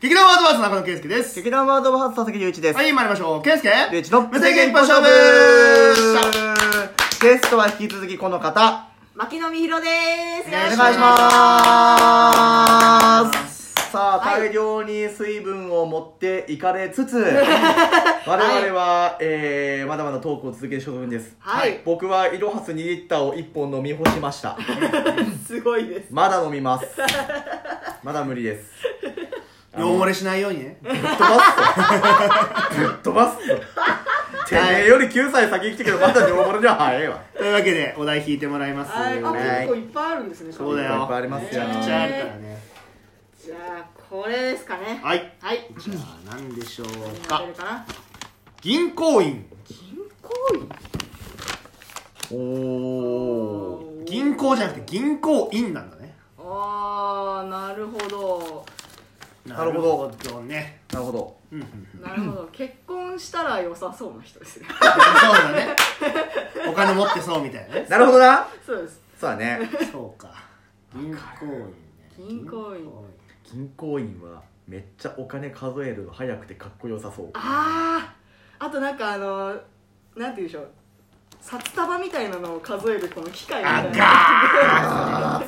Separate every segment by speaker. Speaker 1: 劇団ワードバース中野圭介です。
Speaker 2: 劇団ワードオブハーツ佐々木隆一です。
Speaker 1: はい、参りましょう。圭介
Speaker 2: 隆一の
Speaker 1: 無制限一本勝負
Speaker 2: ゲストは引き続きこの方、
Speaker 3: 牧野美弘です。
Speaker 1: お願いし
Speaker 2: お
Speaker 1: ま
Speaker 2: 願いします。さあ、
Speaker 3: はい
Speaker 2: 大量に水分を持っていかれ つつ、我々は、えーまだまだトークを続ける所存です。
Speaker 3: はい
Speaker 2: 僕はイロハス2リッターを1本飲み干し ました。
Speaker 3: すごいです。
Speaker 2: まだ飲みます。まだ無理です。
Speaker 1: 汚れしないようにね。
Speaker 2: ぶっ飛ばすぞ。ぶっ飛ばすぞ。てめえより9歳先に来てけど、まだ尿漏れには早いわ。
Speaker 1: というわけで、お題引いてもらいます。
Speaker 3: はい、あ、
Speaker 2: ね
Speaker 3: 結構いっぱいあるんですね。
Speaker 1: そうだよ。
Speaker 2: いっぱいありますよ
Speaker 1: めちゃくちゃあるからね。
Speaker 3: じゃあ、これですかね。い。
Speaker 1: はい。
Speaker 3: はい。
Speaker 1: じゃあ、何でしょう
Speaker 3: 何
Speaker 1: か
Speaker 3: が出。るかな。
Speaker 1: 銀行員。
Speaker 3: 銀
Speaker 2: おー。
Speaker 3: 行員。おー
Speaker 1: 銀行じゃなくて銀行員なんだね。
Speaker 3: あー、なるほど。
Speaker 2: なるほど
Speaker 1: なるほどね。
Speaker 2: なるほど。
Speaker 1: うんうん うん
Speaker 3: なるほど。結婚したら良さそうな人ですね。
Speaker 1: そうだね。お金持ってそうみたいなね。
Speaker 2: なるほどな。
Speaker 3: そうです。
Speaker 2: そうだね。
Speaker 1: そうか。銀行員ね。
Speaker 3: 銀行員
Speaker 2: 銀行員はめっちゃお金数えるの早くてかっこよさそう。
Speaker 3: あー、あとなんかあの、なんて言うんでしょう。札束みたいなのを数えるこの機械みたいな。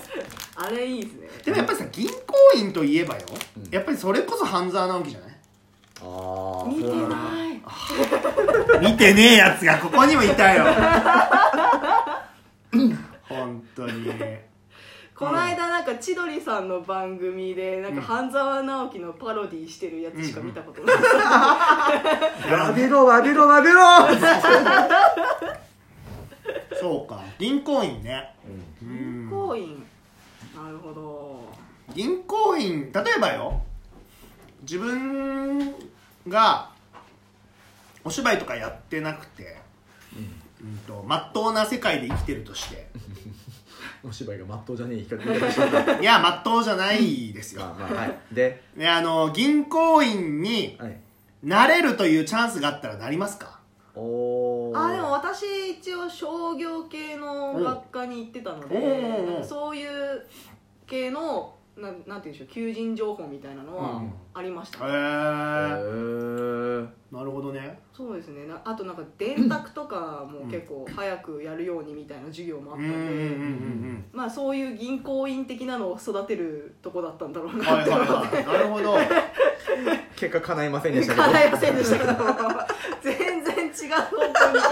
Speaker 3: あれいいですね。
Speaker 1: でもやっぱりさ、銀行員といえばよ。
Speaker 2: うん
Speaker 1: やっぱりそれこそ半沢直樹じゃない
Speaker 2: あー
Speaker 3: 見て
Speaker 2: そうだ
Speaker 3: ない。
Speaker 1: 見てねえやつがここにもいたよ 本当に
Speaker 3: この間なんか千鳥さんの番組でなん
Speaker 1: うん
Speaker 3: か半沢直樹のパロディしてるやつしか見たことない、
Speaker 2: な。わびろ、わびろ、わびろ
Speaker 1: そうか銀行員ねう
Speaker 3: 銀
Speaker 1: ん
Speaker 3: 行員なるほど
Speaker 1: 銀行員例えばよ自分がお芝居とかやってなくてうんと真っ当な世界で生きてるとして
Speaker 2: お芝居がまっとうじゃねえ光り方しちゃった。
Speaker 1: いや真っ当じゃないですよ
Speaker 2: まあまあ、はい。で、
Speaker 1: ねあの銀行員に
Speaker 2: はい。
Speaker 1: なれるというチャンスがあったらなりますか
Speaker 2: おー。
Speaker 3: あでも私一応商業系の学科に行ってたので
Speaker 1: おうおうおう
Speaker 3: なんかそういう系のなんなんていうんでしょう求人情報みたいなのは
Speaker 1: うん
Speaker 3: ありまし
Speaker 1: へえ
Speaker 3: た、
Speaker 2: へー。
Speaker 1: なるほどね
Speaker 3: そうですねなあとなんか電卓とかも結構早くやるようにみたいな授業もあっ
Speaker 1: う
Speaker 3: た
Speaker 1: んうんうん
Speaker 3: ので、
Speaker 1: うん
Speaker 3: まあそういう銀行員的なのを育てるとこだったんだろう
Speaker 1: うん
Speaker 3: な
Speaker 1: は
Speaker 3: っ
Speaker 1: い
Speaker 3: て
Speaker 1: はい
Speaker 3: 思って
Speaker 1: はいなるほど
Speaker 2: 結果叶いませんでしたけど
Speaker 3: 叶いませんでしたけど 全然違う方向に行きまし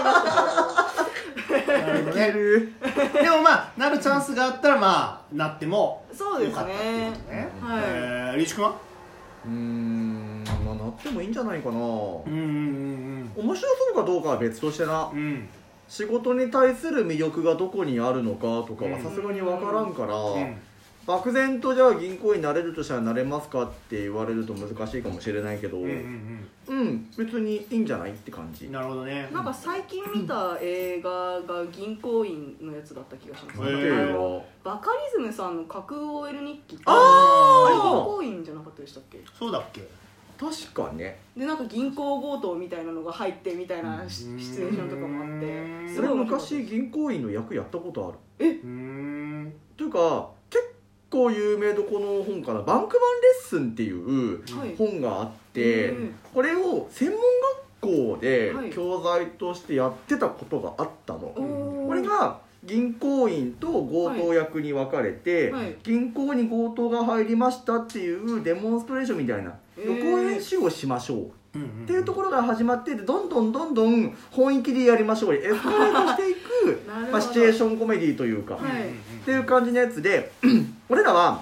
Speaker 3: た
Speaker 1: なるほど
Speaker 2: いけ
Speaker 1: ね
Speaker 2: る
Speaker 1: でもまあなるチャンスがあったらまあなっても
Speaker 3: けどそう
Speaker 1: よ
Speaker 3: です
Speaker 1: かったっていう
Speaker 3: ね
Speaker 1: ことね
Speaker 3: はい
Speaker 1: えーリーチ君は
Speaker 2: うーんまあなってもいいんじゃないかな面
Speaker 1: うんうん
Speaker 2: 白そうかどうかは別としてな
Speaker 1: うんうん
Speaker 2: 仕事に対する魅力がどこにあるのかとか
Speaker 1: う
Speaker 2: は
Speaker 1: ん
Speaker 2: さすがに分からんから、
Speaker 1: うん
Speaker 2: 漠然とじゃあ銀行員になれるとしたらなれますかって言われると難しいかもしれないけど
Speaker 1: う
Speaker 2: うん、
Speaker 1: うんん
Speaker 2: 別にいいんじゃないって感じ
Speaker 1: うんなるほどね
Speaker 3: なんか最近見た映画が銀行員のやつだった気がします、
Speaker 1: へ
Speaker 2: って
Speaker 1: ー
Speaker 2: いう
Speaker 3: あの
Speaker 2: よ
Speaker 3: バカリズムさんの架空 OL 日記ってあれ銀
Speaker 1: あ
Speaker 2: あ
Speaker 3: 行員じゃなかったでしたっけ
Speaker 1: そうだっけ
Speaker 2: 確かね
Speaker 3: でなんか銀行強盗みたいなのが入ってみたいなシシチ
Speaker 1: うん
Speaker 3: ュエーションとかもあって
Speaker 1: うん
Speaker 3: す
Speaker 2: それ
Speaker 3: ごい面白かった
Speaker 2: 昔銀行員の役やったことある
Speaker 1: うーん
Speaker 2: というか結構有名どこの本かな「バンクマンレッスン」っていう
Speaker 3: はい
Speaker 2: 本があって、
Speaker 3: うん
Speaker 2: これを専門学校で
Speaker 3: はい
Speaker 2: 教材としてやってたことがあったの、
Speaker 3: おー
Speaker 2: これが銀行員と強盗役に分かれて、
Speaker 3: はいはい
Speaker 2: 銀行に強盗が入りましたっていうデモンストレーションみたいな
Speaker 3: へ
Speaker 2: 予
Speaker 3: ー
Speaker 2: 行演習をしましょう
Speaker 1: うんんん
Speaker 2: っていうところから始まってどんどんどんどん本域でやりましょうエスカレートしていく
Speaker 3: なるほど
Speaker 2: まあ、シチュエーションコメディというか、
Speaker 3: はい
Speaker 2: っていう感じのやつで 俺らは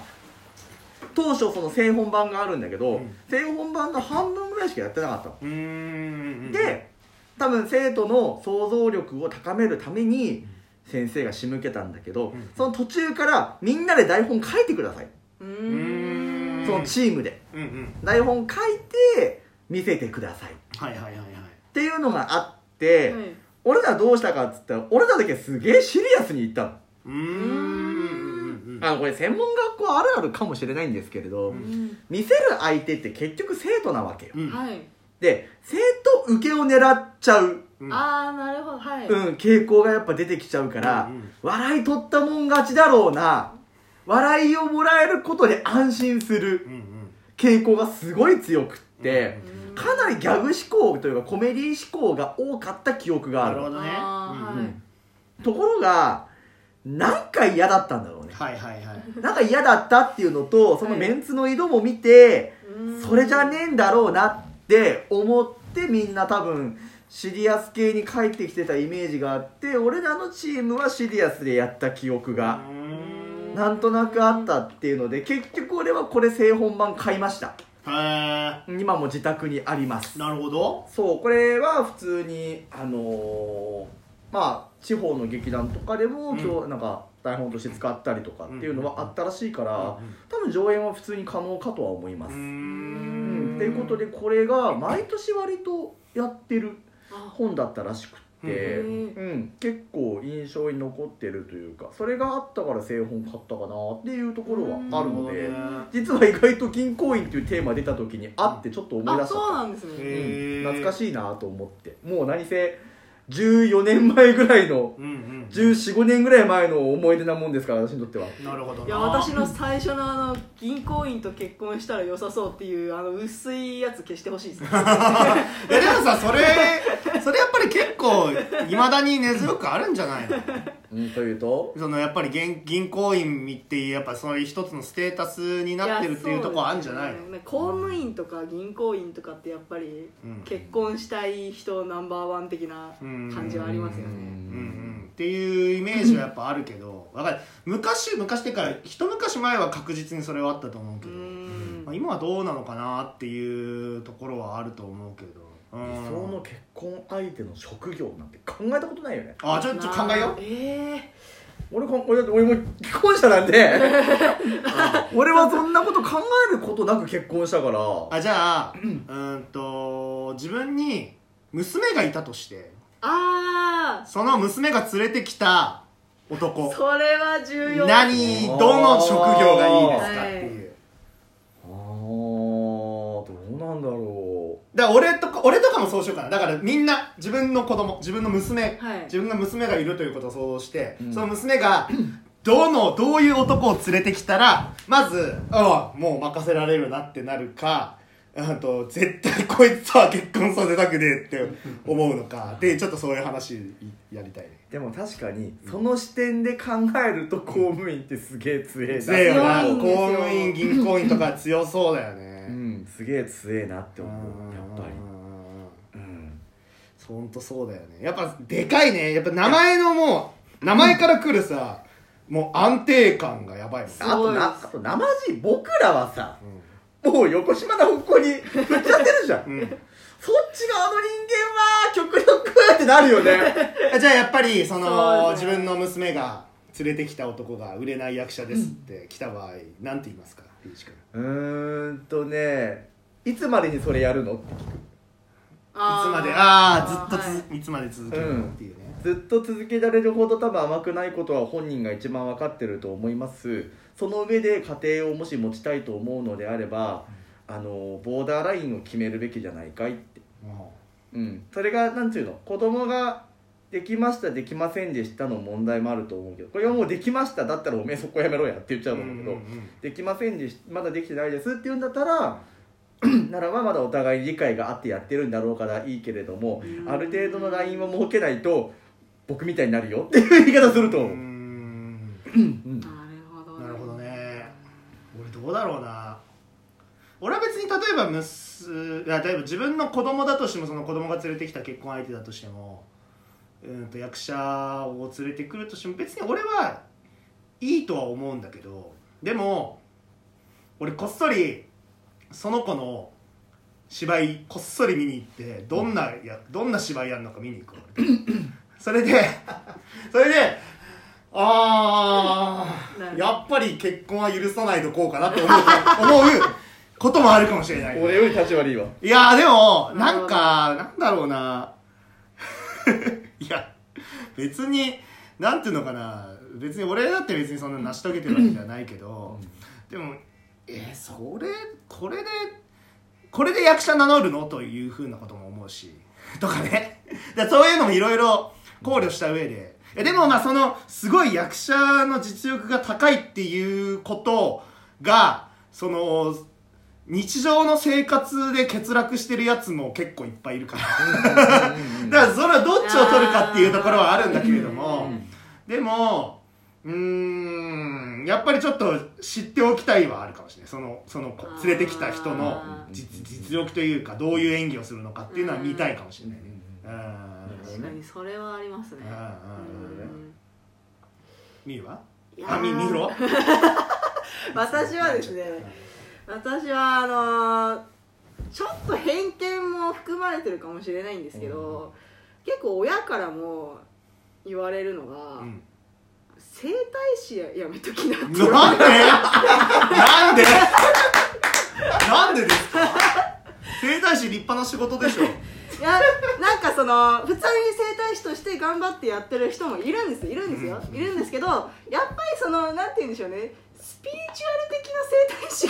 Speaker 2: 当初その製本版があるんだけど、
Speaker 1: うん
Speaker 2: 製本版の半分ぐらいしかやってなかったの、
Speaker 1: うーん
Speaker 2: で多分生徒の想像力を高めるために先生が仕向けたんだけど、
Speaker 1: うん
Speaker 2: その途中からみんなで台本書いてください、
Speaker 3: う
Speaker 1: う
Speaker 3: ー
Speaker 1: ー
Speaker 3: ん
Speaker 1: ん
Speaker 2: そのチームで
Speaker 1: うんうん
Speaker 2: 台本書いて見せてくださいっ
Speaker 1: はいはいはいはい
Speaker 2: ていうのがあって、
Speaker 3: はい
Speaker 2: 俺らどうしたかっつったら俺らだけすげえシリアスに言ったの,、
Speaker 1: うーんうんうんうん
Speaker 2: あのこれ専門学校あるあるかもしれないんですけれど、
Speaker 1: う
Speaker 3: う
Speaker 2: 見せる相手って結局生徒なわけよ、
Speaker 1: うん
Speaker 3: んはい
Speaker 2: で生徒受けを狙っちゃう、
Speaker 1: うん
Speaker 3: ああなるほどはい、
Speaker 2: うん、傾向がやっぱ出てきちゃうから、
Speaker 1: うんうん
Speaker 2: 笑い取ったもん勝ちだろうな笑いをもらえることで安心す
Speaker 1: う
Speaker 2: る
Speaker 1: んうん
Speaker 2: 傾向がすごい強くって、
Speaker 3: うん
Speaker 2: かなりギャグ思考というかコメディ思考が多かった記憶が
Speaker 1: な
Speaker 2: ある
Speaker 1: るほどね
Speaker 3: あーはい
Speaker 2: ところがなんか嫌だったんだろうね
Speaker 1: はいはいはい
Speaker 2: なんか嫌だったっていうのとその
Speaker 3: はい
Speaker 2: メンツの色も見て、
Speaker 3: うん
Speaker 2: それじゃねえんだろうなって思ってみんな多分シリアス系に帰ってきてたイメージがあって俺らのチームはシリアスでやった記憶が
Speaker 1: うーん
Speaker 2: なんとなくあったっていうので結局俺はこれ正本版買いました
Speaker 1: へ
Speaker 2: 今も自宅にあります
Speaker 1: えなるほど
Speaker 2: そうこれは普通にあのーまあ地方の劇団とかでも
Speaker 1: うん
Speaker 2: 今日なんか台本として使ったりとかっていうのはあったらしいから、
Speaker 1: うん
Speaker 2: 多分上演は普通に可能かとは思いま
Speaker 1: う
Speaker 2: す、
Speaker 1: ー
Speaker 2: うん
Speaker 1: ん
Speaker 2: っていうことでこれが毎年割とやってる
Speaker 3: あ
Speaker 2: 本だったらしくって、
Speaker 3: う
Speaker 2: うんん結構印象に残ってるというかそれがあったから製本買ったかなっていうところはあるので、
Speaker 1: な
Speaker 2: 実は意外と銀行員っていうテーマ出た時にあってちょっと思い出
Speaker 3: あ
Speaker 2: した、
Speaker 3: そうなんです
Speaker 1: へ
Speaker 3: ね
Speaker 1: ー
Speaker 2: うん懐かしいなと思ってもう何せ14年前ぐらいの
Speaker 1: うんうん
Speaker 2: 1415年ぐらい前の思い出なもんですから私にとっては
Speaker 1: なるほどない
Speaker 3: や私の最初のあの銀行員と結婚したら良さそうっていうあの薄いやつ消してほしいですね
Speaker 1: えでもさそれ それやっぱり結構いまだに根強くあるんじゃないの
Speaker 2: うんというと
Speaker 1: そのやっぱり現銀行員っていうやっぱそういう一つのステータスになってるっていうところあるんじゃない
Speaker 3: や
Speaker 1: の
Speaker 3: そうですね公務員とか銀行員とかってやっぱり
Speaker 1: うん
Speaker 3: 結婚したい人ナンバーワン的な感じはありますよ
Speaker 2: う
Speaker 3: ね
Speaker 1: うん
Speaker 2: ん
Speaker 1: うんっていうイメージはやっぱあるけどわかる昔昔ってか一昔前は確実にそれはあったと思う
Speaker 3: う
Speaker 1: けど、
Speaker 3: ん
Speaker 1: まあ、今はどうなのかなっていうところはあると思うけど、う
Speaker 2: 理
Speaker 1: ん、
Speaker 2: 想の結婚相手の職業なんて考えたことないよね
Speaker 1: あちょっと考えよう
Speaker 3: ええ
Speaker 2: 俺こ俺だって俺も既婚者なんで俺はそんなこと考えることなく結婚したから
Speaker 1: あじゃあうーんと自分に娘がいたとして
Speaker 3: あ
Speaker 1: その娘が連れてきた
Speaker 3: あ
Speaker 1: 男
Speaker 3: それは重要
Speaker 1: 何どの職業がいいですかっていう、
Speaker 2: あーどうなんだろ
Speaker 1: だから俺とか俺とかもそうしようかなだからみんな自分の子供自分の娘、
Speaker 3: はい
Speaker 1: 自分の娘がいるということを想像して、
Speaker 2: うん
Speaker 1: その娘がどのどういう男を連れてきたらまずああもう任せられるなってなるかあと絶対こいつとは結婚させたくねえって思うの かでちょっとそういう話やりたいね
Speaker 2: うでも確かにその視点で考えると公務員ってすげえ強えな
Speaker 1: 強いよな
Speaker 3: 強
Speaker 1: 公
Speaker 3: いんですよ
Speaker 1: 務員銀行員とか強そうだよ
Speaker 2: う
Speaker 1: ね
Speaker 2: んすげえ強えなって思うやっぱ
Speaker 1: り
Speaker 2: りうん
Speaker 1: ほんとそうだよねやっぱでかいねやっぱ名前のもう名前から来るさもう安定感がやばいもんね
Speaker 2: あとなあと生地僕らはさもう横島な方向に振っちゃってるじゃ ん
Speaker 1: うん、うん
Speaker 2: そっち側の人間は極力ってなるよね
Speaker 1: あじゃあやっぱりその
Speaker 3: そうです
Speaker 1: 自分
Speaker 3: ね
Speaker 1: の娘が連れてきた男が売れない役者ですって来た場合、なんて言いますかリーチ君いう
Speaker 2: ーんとねいつまでにそれやるのって
Speaker 3: つ
Speaker 1: つまでああずっとつ、い、つまで続けるのっていうね、
Speaker 2: ずっと続けられるほど多分甘くないことは本人が一番分かってると思いますその上で家庭をもし持ちたいと思うのであればあのボーダーラインを決めるべきじゃないかいって、
Speaker 1: も
Speaker 2: うん、それが何ていうの子供ができましたできませんでしたの問題もあると思うけどこれはもうできましただったらおめえそこやめろやって言っちゃ
Speaker 1: う
Speaker 2: うと思うけど、
Speaker 1: うんうんうん
Speaker 2: できませんでしまだできてないですって言うんだったら ならばまだお互い理解があってやってるんだろうからいいけれども
Speaker 3: うん
Speaker 2: ある程度のラインを設けないと僕みたいになるよっていう言い方すると
Speaker 1: うー
Speaker 2: 思う、
Speaker 1: ん
Speaker 2: うん
Speaker 3: なるほど
Speaker 1: なるほどね俺どうだろうな俺は別に例えばむすいや例えば自分の子供だとしてもその子供が連れてきた結婚相手だとしてもうんと役者を連れてくるとしても別に俺はいいとは思うんだけどでも俺こっそりその子の芝居こっそり見に行ってどんなや、どんな芝居やるのか見に行くわ俺それでそれであ
Speaker 3: な
Speaker 1: あ
Speaker 3: る
Speaker 1: やっぱり結婚は許さないとこうかなって思う思うこともあるかもしれない
Speaker 2: 俺より立ち悪いわ
Speaker 1: いやーでも
Speaker 3: な
Speaker 1: な
Speaker 3: る
Speaker 1: ん
Speaker 3: ほど
Speaker 1: かなんだろうな いや別になんていうのかな別に俺だって別にそんな成し遂げてるわけじゃないけど、でもえーそれこれでこれで役者名乗るのというふうなことも思うし とかねだからそういうのもいろいろ考慮した上でいやでもまあそのすごい役者の実力が高いっていうことがその日常の生活で欠落してるやつも結構いっぱいいるから
Speaker 2: うん
Speaker 1: だからそれはどっちを取るかっていうところはあるんだけれども、でもうーんやっぱりちょっと知っておきたいはあるかもしれないそのその子
Speaker 3: あー
Speaker 1: 連れてきた人の実実力というかどういう演技をするのかっていうのは見たいかもしれないね。うん
Speaker 3: 確かにそれはありますね
Speaker 1: うん
Speaker 2: うんうん
Speaker 3: うん
Speaker 1: 見るわ
Speaker 3: いやー
Speaker 1: あみ見ろ
Speaker 3: 私はですね私はあのーちょっと偏見も含まれてるかもしれないんですけど、結構親からも言われるのが、
Speaker 1: うん
Speaker 3: 整体師ややめときなって 言わ
Speaker 1: なんでなんでなんでですか整体師立派な仕事でしょ
Speaker 3: れいやなんかその普通に整体師として頑張ってやってる人もいるんですいるんですよ、いるんですけどやっぱりそのなんて言うんでしょうねスピリチ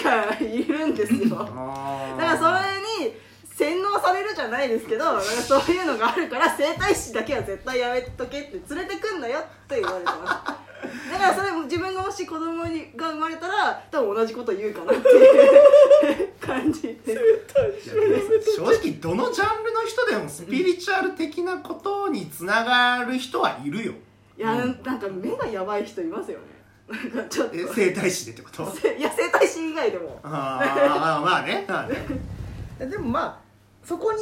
Speaker 3: ュアル的な整体師がいるんですよ
Speaker 1: あ
Speaker 3: だからそれに洗脳されるじゃないですけどなんかそういうのがあるから整体師だけは絶対やめとけって連れてくんなよって言われてますだからそれも自分がもし子供にが生まれたら多分同じこと言うかなっていう感じです
Speaker 1: 正直どのジャンルの人でもスピリチュアル的なことにつながる人はいるよ
Speaker 3: いやなんなんか目がやばい人いますよねなんかちょっと
Speaker 1: え整体師でってこと
Speaker 3: いや整体師以外でも
Speaker 1: ああまあねまあね
Speaker 2: えでもまあそこに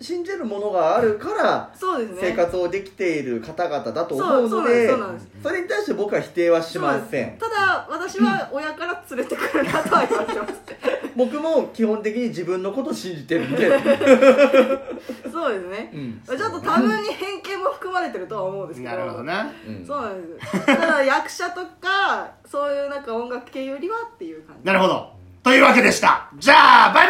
Speaker 2: 信じるものがあるから
Speaker 3: そうですね
Speaker 2: 生活をできている方々だと思うので
Speaker 3: そうそうなんですそうなんです
Speaker 2: それに対して僕は否定はしません
Speaker 3: ただ私は親から連れてくるなとは言われてます
Speaker 2: 僕も基本的に自分のことを信じてるん で、
Speaker 3: そうですね
Speaker 2: うん
Speaker 3: ちょっと多分に偏見も含まれてるとは思うんですけど
Speaker 1: なるほどな
Speaker 2: うん
Speaker 3: そうなんですただ役者とかそういうなんか音楽系よりはっていう感じ
Speaker 1: なるほどというわけでしたじゃあバイバイ